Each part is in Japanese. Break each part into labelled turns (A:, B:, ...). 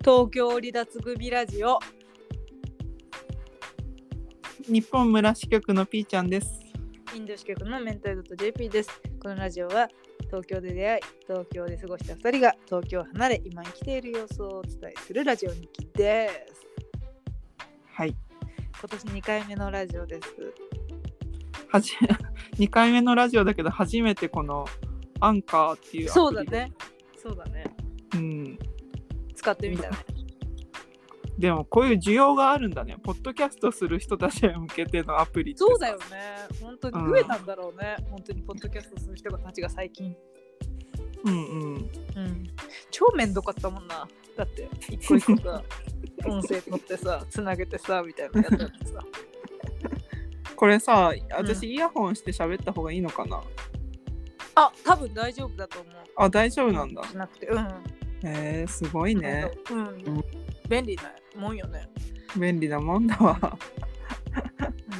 A: 東京離脱組ラジオ
B: 日本村支局のピーちゃんです。
A: インド支局のメンタル .jp ですこのラジオは東京で出会い東京で過ごした2人が東京を離れ今生きている様子をお伝えするラジオ日記です
B: はい。
A: 今年2回目のラジオです
B: はじ 2回目のラジオだけど初めてこのアンカーっていうアプリ
A: そうだね。そうだね
B: うん。
A: 使ってみたね
B: でもこういう需要があるんだね。ポッドキャストする人たちへ向けてのアプリってさ
A: そうだよね。本当に
B: うん
A: 増えたんだろうね、本当にポッドキャストする人たちが最近
B: うんうん。
A: うん、超めんどかったもんなだって一個一個 さ音声取ってさつなげてさみたいなのやったってさ
B: これさ、私イヤホンして喋った方がいいのかな、
A: あ多分大丈夫だと思う
B: あ、大丈夫なんだ。
A: しなくてうん
B: へえすごいね。
A: うん、
B: ん
A: 便利なもんよね
B: 便利なもんだ わ。
A: 本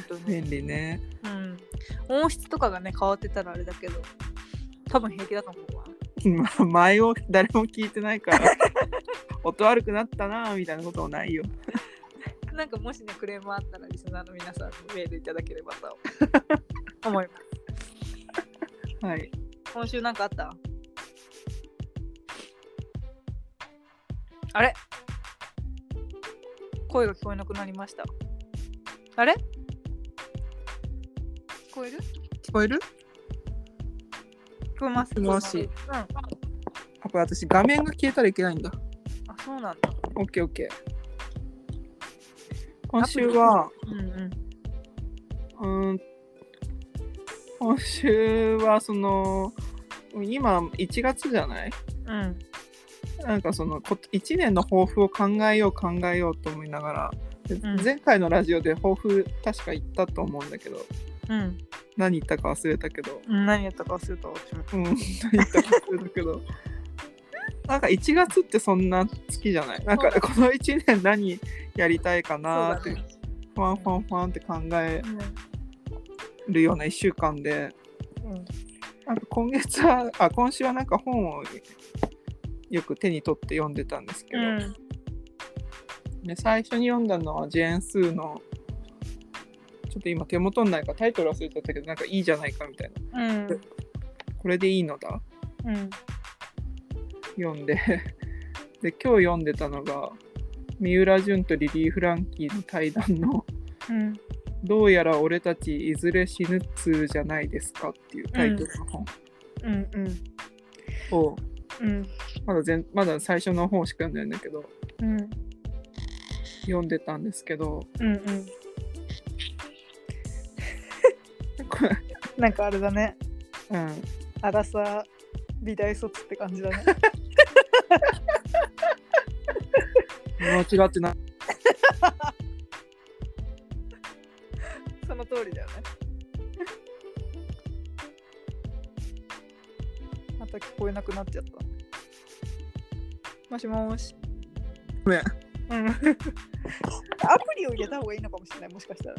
A: 当に、
B: 便利ね。
A: うん、音質とかがね変わってたらあれだけど多分平気だと思うわ
B: 今前を誰も聞いてな いから音悪くなったなぁみたいなこともないよ
A: なんかもしねクレームあったらリスナーの皆さんにメールいただければと思い ます
B: はい
A: 今週なんかあったあれ声が聞こえなくなりましたあれ聞こえる
B: 聞こえる
A: 聞こえます
B: もし
A: 聞こえます
B: あこれ私画面が消えたらいけないんだ
A: うんあそうなんだ
B: OKOK 今週は
A: うんうん
B: うーん今週はその今1月じゃない
A: うん
B: なんかその1年の抱負を考えよう考えようと思いながら、で
A: うん
B: 前回のラジオで抱負確か言ったと思うんだけど
A: うん
B: 何言ったか忘れたけど
A: うん何やったか忘れた私も
B: うん、何言ったか忘れたけど。 なんか1月ってそんな月じゃないなん
A: そ
B: か
A: うだ
B: この1年何やりたいかなーっ
A: そうだ
B: て、
A: ね
B: ファンファンファンって考えるような1週間で、
A: うん
B: なんか今月は、あ、今週はなんか本をよく手に取って読んでたんですけど、
A: うん
B: で最初に読んだのはジェーン・スーの、ちょっと今手元にないからタイトル忘れちゃったけど、なんかいいじゃないかみたいな。
A: うん
B: これでいいのだ
A: うん
B: 読んで で今日読んでたのが三浦淳とリリー・フランキーの対談の
A: うん
B: 「どうやら俺たちいずれ死ぬっつーじゃないですか」っていうタイトルの本
A: うんうん
B: を、
A: うん
B: まだ全まだ最初の本しか読んでないんだけど
A: うん
B: 読んでたんですけど
A: うんうん
B: これ
A: なんかあれだね
B: うん
A: アラサー美大卒って感じだね
B: 間違ってない
A: その通りだよね また聞こえなくなっちゃったもしもーし
B: ごめんい
A: うん アプリを入れた方がいいのかもしれないもしかしたら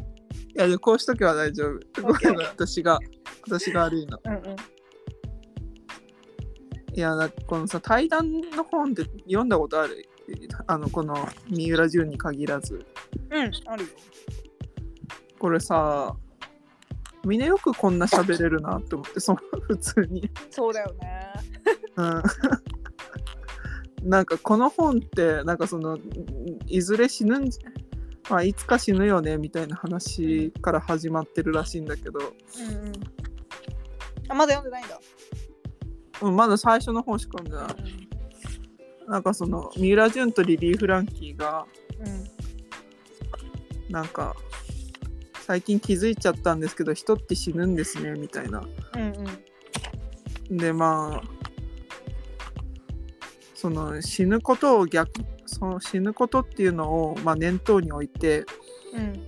B: やでこうしとけば大丈夫
A: ごめん
B: 私が私が悪いの
A: うんうん
B: いやだこのさ対談の本って読んだことあるあのこの三浦淳に限らず
A: うんあるよ
B: これさみんなよくこんな喋れるなって思ってその普通に、
A: そうだよね
B: うん、 なんかこの本ってなんかそのいずれ死ぬんじまあ、いつか死ぬよねみたいな話から始まってるらしいんだけど
A: うんうんあまだ読んでないんだ、
B: うんまだ最初の本しか読んでないなんかその三浦淳とリリー・フランキーが
A: うん
B: なんか最近気づいちゃったんですけど人って死ぬんですねみたいな
A: うんうん
B: でまあその死ぬことを逆その死ぬことっていうのを、まあ、念頭に置いて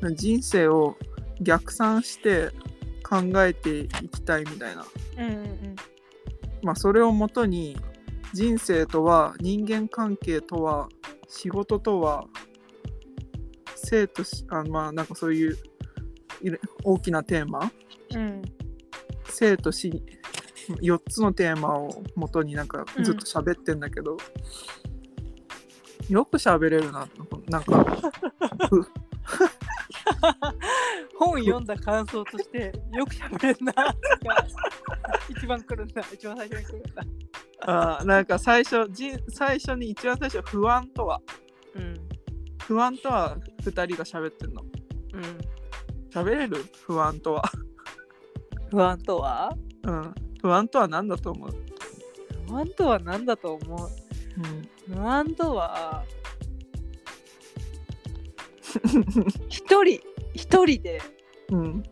A: うん
B: 人生を逆算して考えていきたいみたいな、
A: うんうん
B: まあ、それをもとに人生とは人間関係とは仕事とは生としあまあなんかそういういろ大きなテーマ、
A: うん
B: 生と死4つのテーマを元になんかずっと喋ってんだけど、よく喋れるななんか
A: 本読んだ感想としてよく喋れんなとか一番来るんだ一番最初に来るんだ
B: あーなんか最初じん最初に一番最初不安とは
A: うん
B: 不安とは2人が喋ってんの
A: うん
B: 喋れる不安とは、
A: 不安とは
B: うん、不安とは何だと思う、
A: 不安とは何だと思う
B: うん、
A: 不安とは一人一人で
B: うん、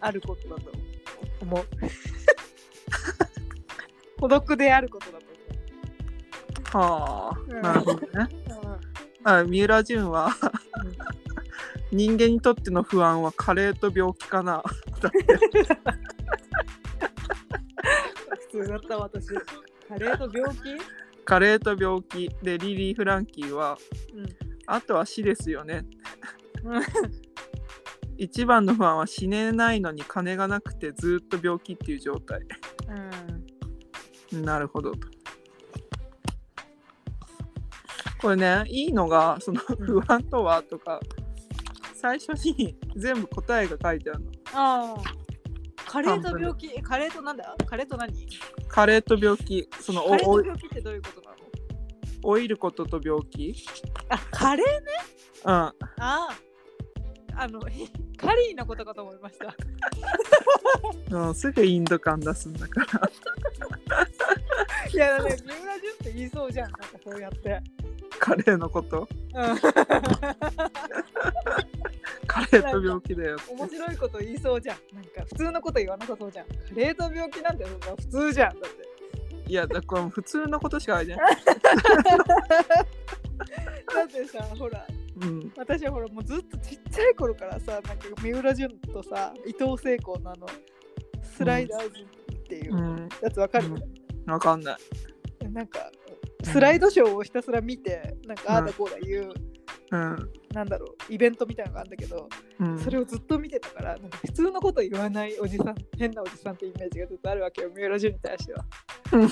A: あることだと思う 孤独であることだと
B: はあ、
A: うん
B: なるほどね。
A: 思う、
B: あ三浦淳は人間にとっての不安は加齢と病気かな。
A: 普通だった私カレーと病気
B: 加齢と病気でリリー・フランキーは、
A: うん
B: あとは死ですよね
A: うん。
B: 一番の不安は死ねないのに金がなくてずっと病気っていう状態。
A: うん
B: なるほどと。これねいいのがその不安とはとか最初に 全部答えが書いてあるの。
A: ああカレーと病気えカレーとなんだカレーと何
B: 加齢と病気その
A: カレー
B: お
A: と
B: お
A: 病気ってどういうことなの
B: 老いることと病気
A: あカレー
B: うんあ
A: あああの カリーのことかと思いました
B: のすぐインド感出すんだから
A: いやだね三浦淳って言いそうじゃんなんかそうやって
B: カレーのことカレーと病気だよ
A: うん面白いこと言いそうじゃんなんか普通のこと言わなさそうじゃんカレーと病気なんてそんな普通じゃんだって
B: いやだから普通のことしかないじゃん、
A: だってさほら
B: うん、
A: 私はほらもうずっとちっちゃい頃からさなんか三浦淳とさ伊藤聖子のあのスライダーズっていううんやつわかる、
B: わかんない
A: なんかスライドショーをひたすら見てなんかああだこうだいう、
B: うん
A: なんだろうイベントみたいなのがあるんだけど、
B: うん
A: それをずっと見てたからなんか普通のこと言わないおじさん変なおじさんってイメージがずっとあるわけよ三浦淳に対しては
B: うん。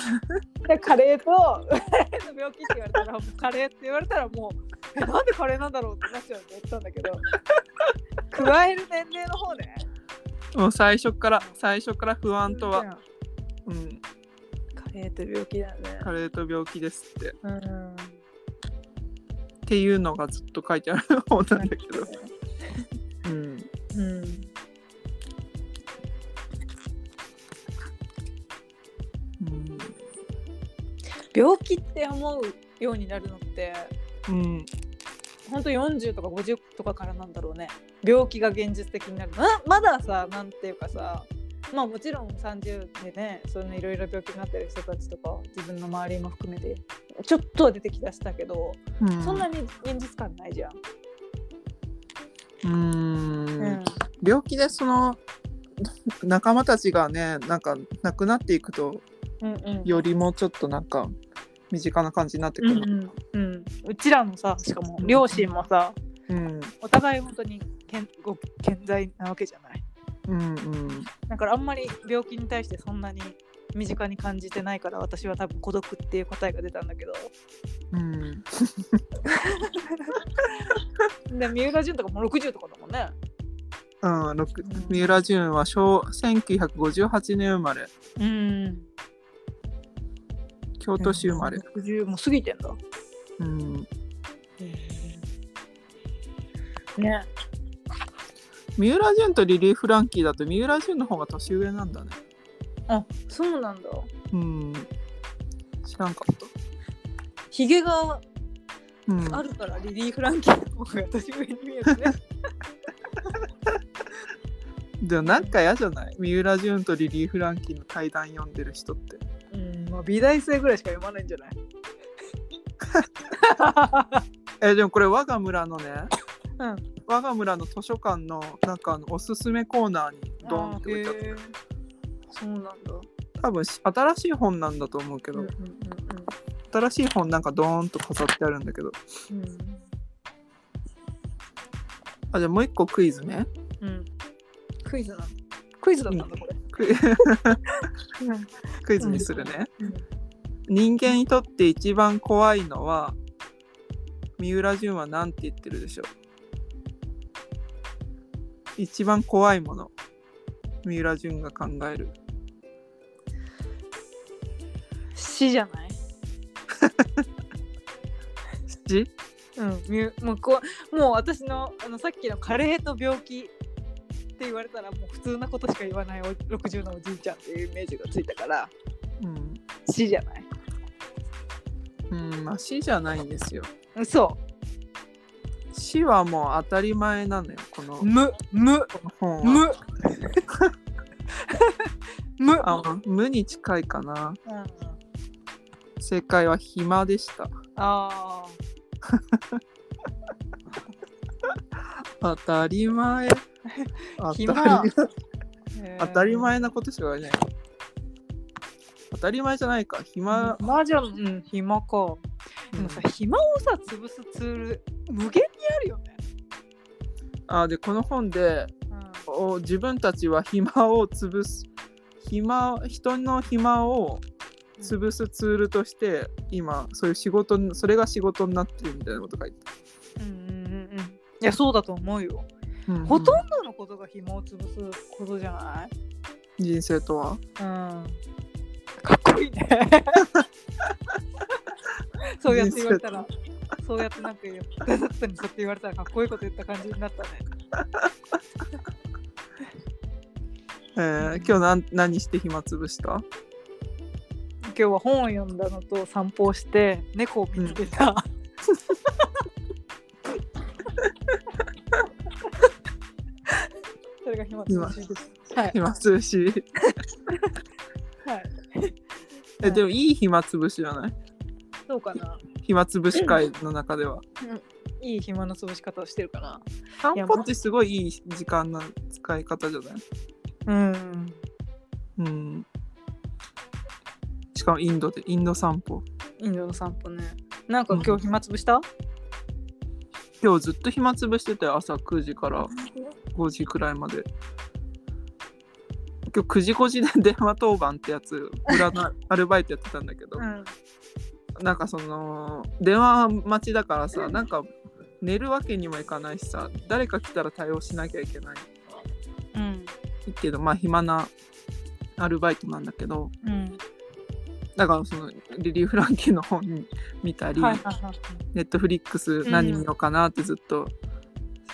A: でカレーと 病気って言われたらもうカレーって言われたらもうえなんでカレーなんだろうってなっちゃうって言ったんだけど加える年齢の方ね。
B: もう最初から最初から不安とは、
A: カ
B: うん、
A: レーと病気だね。
B: カレーと病気ですってっ
A: うん
B: ていうのがずっと書いてある方なんだけど、うん、
A: うん
B: うん
A: 病気って思うようになるのって
B: うん、
A: 本当40とか50とかからなんだろうね病気が現実的になるままださなんていうかさまあもちろん30でねそのいろいろ病気になってる人たちとか自分の周りも含めてちょっとは出てきだしたけど、
B: うん、
A: そんなに現実感ないじゃん。
B: うん、病気でその仲間たちがねなんか亡くなっていくと
A: うんうん
B: よりもちょっとなんか身近な感じになってく
A: う
B: る、
A: んうんうん、うちらのさしかも両親もさ
B: うん
A: お互い本当に健ご健在なわけじゃない
B: うんうん
A: だからあんまり病気に対してそんなに身近に感じてないから私は多分孤独っていう答えが出たんだけど
B: うん
A: で三浦淳とかもう60とかだもんね
B: うん六三浦淳は昭1958年生まれ
A: うん
B: 京都市生まれ、
A: 60もう過ぎてんだ
B: うん、
A: ね
B: 三浦淳とリリー・フランキーだと三浦淳の方が年上なんだね
A: あそうなんだ
B: うん知らんかった
A: ひげが
B: うん
A: あるからリリー・フランキーの方が私上に見えるね
B: でもなんか嫌じゃない三浦淳とリリー・フランキーの対談読んでる人って
A: うんまあ美大生ぐらいしか読まないんじゃない
B: えでもこれ我が村のね
A: うん
B: 我が村の図書館のなんかあのおすすめコーナーにドンって置いてあっ
A: あへーそうなんだ、
B: た多分し新しい本なんだと思うけ
A: うん
B: ど、
A: うんうん
B: 新しい本なんかドーンと飾ってあるんだけど
A: うん
B: あじゃあもう一個クイズね
A: うんクイズなのクイズだったんだこれ、
B: クイ クイズにするね、人間にとって一番怖いのは三浦淳は何て言ってるでしょう一番怖いもの三浦淳が考える
A: 死じゃない
B: 死
A: うん、みゅもうこうもう私のあのさっきの加齢と病気って言われたらもう普通なことしか言わないお60のおじいちゃんっていうイメージがついたから
B: うん、
A: 死じゃない
B: うん、まあ死じゃないんですよ
A: 嘘
B: 死はもう当たり前なのよこの
A: 無無
B: 本は
A: 無無
B: あまあ無に近いかな
A: うんうん、
B: 正解は暇でした
A: あ
B: 当たり前当
A: 暇
B: たり
A: ーへー
B: 当たり前なことしか言えない当たり前じゃないか暇、
A: 暇じゃんうん暇かでもさ暇をさ潰すツール無限にあるよね、
B: あでこの本でお自分たちは暇を潰す暇人の暇を潰すツールとして今そういう仕事にそれが仕事になってるみたいなこと書いて
A: うんうんうんうんいやそうだと思うよ
B: ある、
A: ほと
B: うん
A: どのことが紐を潰すことじゃない
B: ん人生とは
A: うん。かっこいいね。 そうやって言われたら、そうやってなんか言う、デザットにそうやって言われたらかっこいいこと言った感じになったね。
B: えー今日何何して暇つぶした
A: 今日は本を読んだのと散歩をして猫を見つけた。それが暇つぶしです。はい。
B: 暇つぶし
A: はい。
B: えでもいい暇つぶしじゃない
A: どうかな。
B: 暇つぶし会の中では。
A: いい暇の潰し方をしてるかな。
B: 散歩ってすごいいい時間の使い方じゃない
A: うん。
B: うん。しかもインドで、インド散歩。
A: インドの散歩ね。なんか今日暇つぶした？
B: 今日ずっと暇つぶしてて、朝9時から5時くらいまで。今日9時5時で電話当番ってやつ、裏のアルバイトやってたんだけど
A: う、ん。
B: なんかその、電話待ちだからさ、なんか寝るわけにもいかないしさ、誰か来たら対応しなきゃいけない
A: うん。
B: けど、まあ暇なアルバイトなんだけど、
A: うん。
B: だからそのリリー・フランキーの本見たり、
A: はいはいはい。
B: ネットフリックス何見ようかなってずっと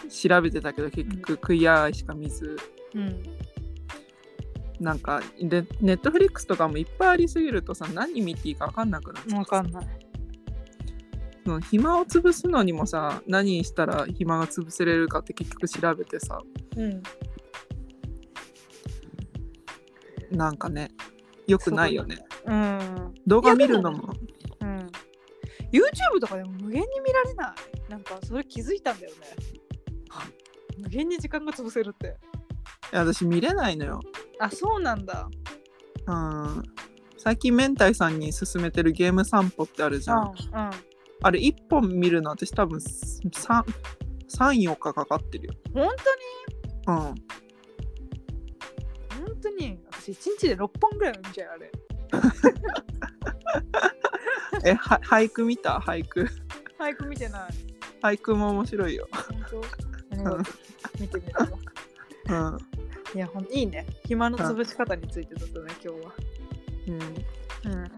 B: 調べてたけど、結局クイアアイしか見ず
A: うん。
B: なんかでネットフリックスとかもいっぱいありすぎるとさ何見ていいか分かんなくなっちゃう
A: わかんない。
B: その暇を潰すのにもさ何したら暇が潰せれるかって結局調べてさ
A: うん。
B: なんかねよくないよね
A: うん。
B: 動画見るのも
A: うん。YouTube とかでも無限に見られない。なんかそれ気づいたんだよね。無限に時間が潰せるって。
B: いや私見れないのよ、
A: あ、そうなんだ。
B: うん、最近明太さんに勧めてるゲーム散歩ってあるじゃん、
A: うん。
B: あれ1本見るの私多分34日かかってるよ
A: 本
B: うん
A: 当に本当に私一日で六本ぐらいは見ちゃうよあれ。
B: え は俳句見た俳句
A: 俳句見てない。
B: 俳句も面白いよ、
A: 本当。何が見てみるわ。
B: うん
A: いや、ほんいいね。暇の潰し方についてだったね、今日は。
B: うん、
A: うん。いい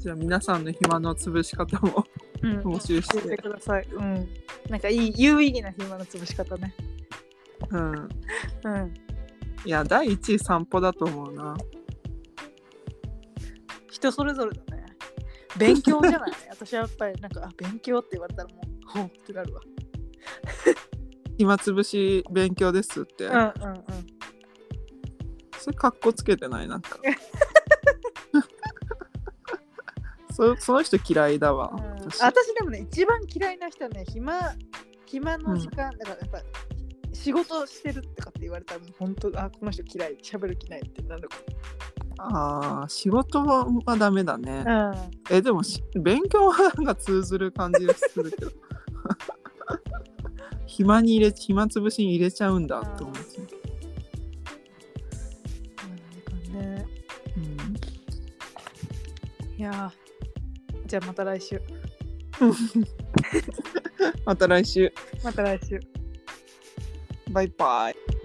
B: じゃあ皆さんの暇の潰し方も
A: なぁ。うん。
B: 募集し
A: 教えて
B: て、
A: ください。うん。なんかいい有意義な暇の潰し方ね。
B: う
A: う
B: ん、
A: ん。
B: いや第1位散歩だと思うな
A: 人それぞれだね。勉強じゃない 私はやっぱりなんかあ勉強って言われたらもうほうってなるわ。
B: 暇つぶし勉強ですって、
A: うんうんうん。
B: それかっこつけてないなんか そその人嫌いだわ、
A: うん
B: 私
A: 私でもね一番嫌いな人はね暇暇の時間、だからやっぱ仕事してるとかって言われたらもう本当あこの人嫌い喋る気ないってなるか
B: あー仕事はダメだね、
A: ら、うん、
B: えでもし勉強はなんか通ずる感じがするけど 暇に入れ暇つぶしに入れちゃうんだって思っちゃう、
A: ね
B: うん、
A: いやーじゃあまた来週
B: また来週。
A: また来週
B: バイバイ。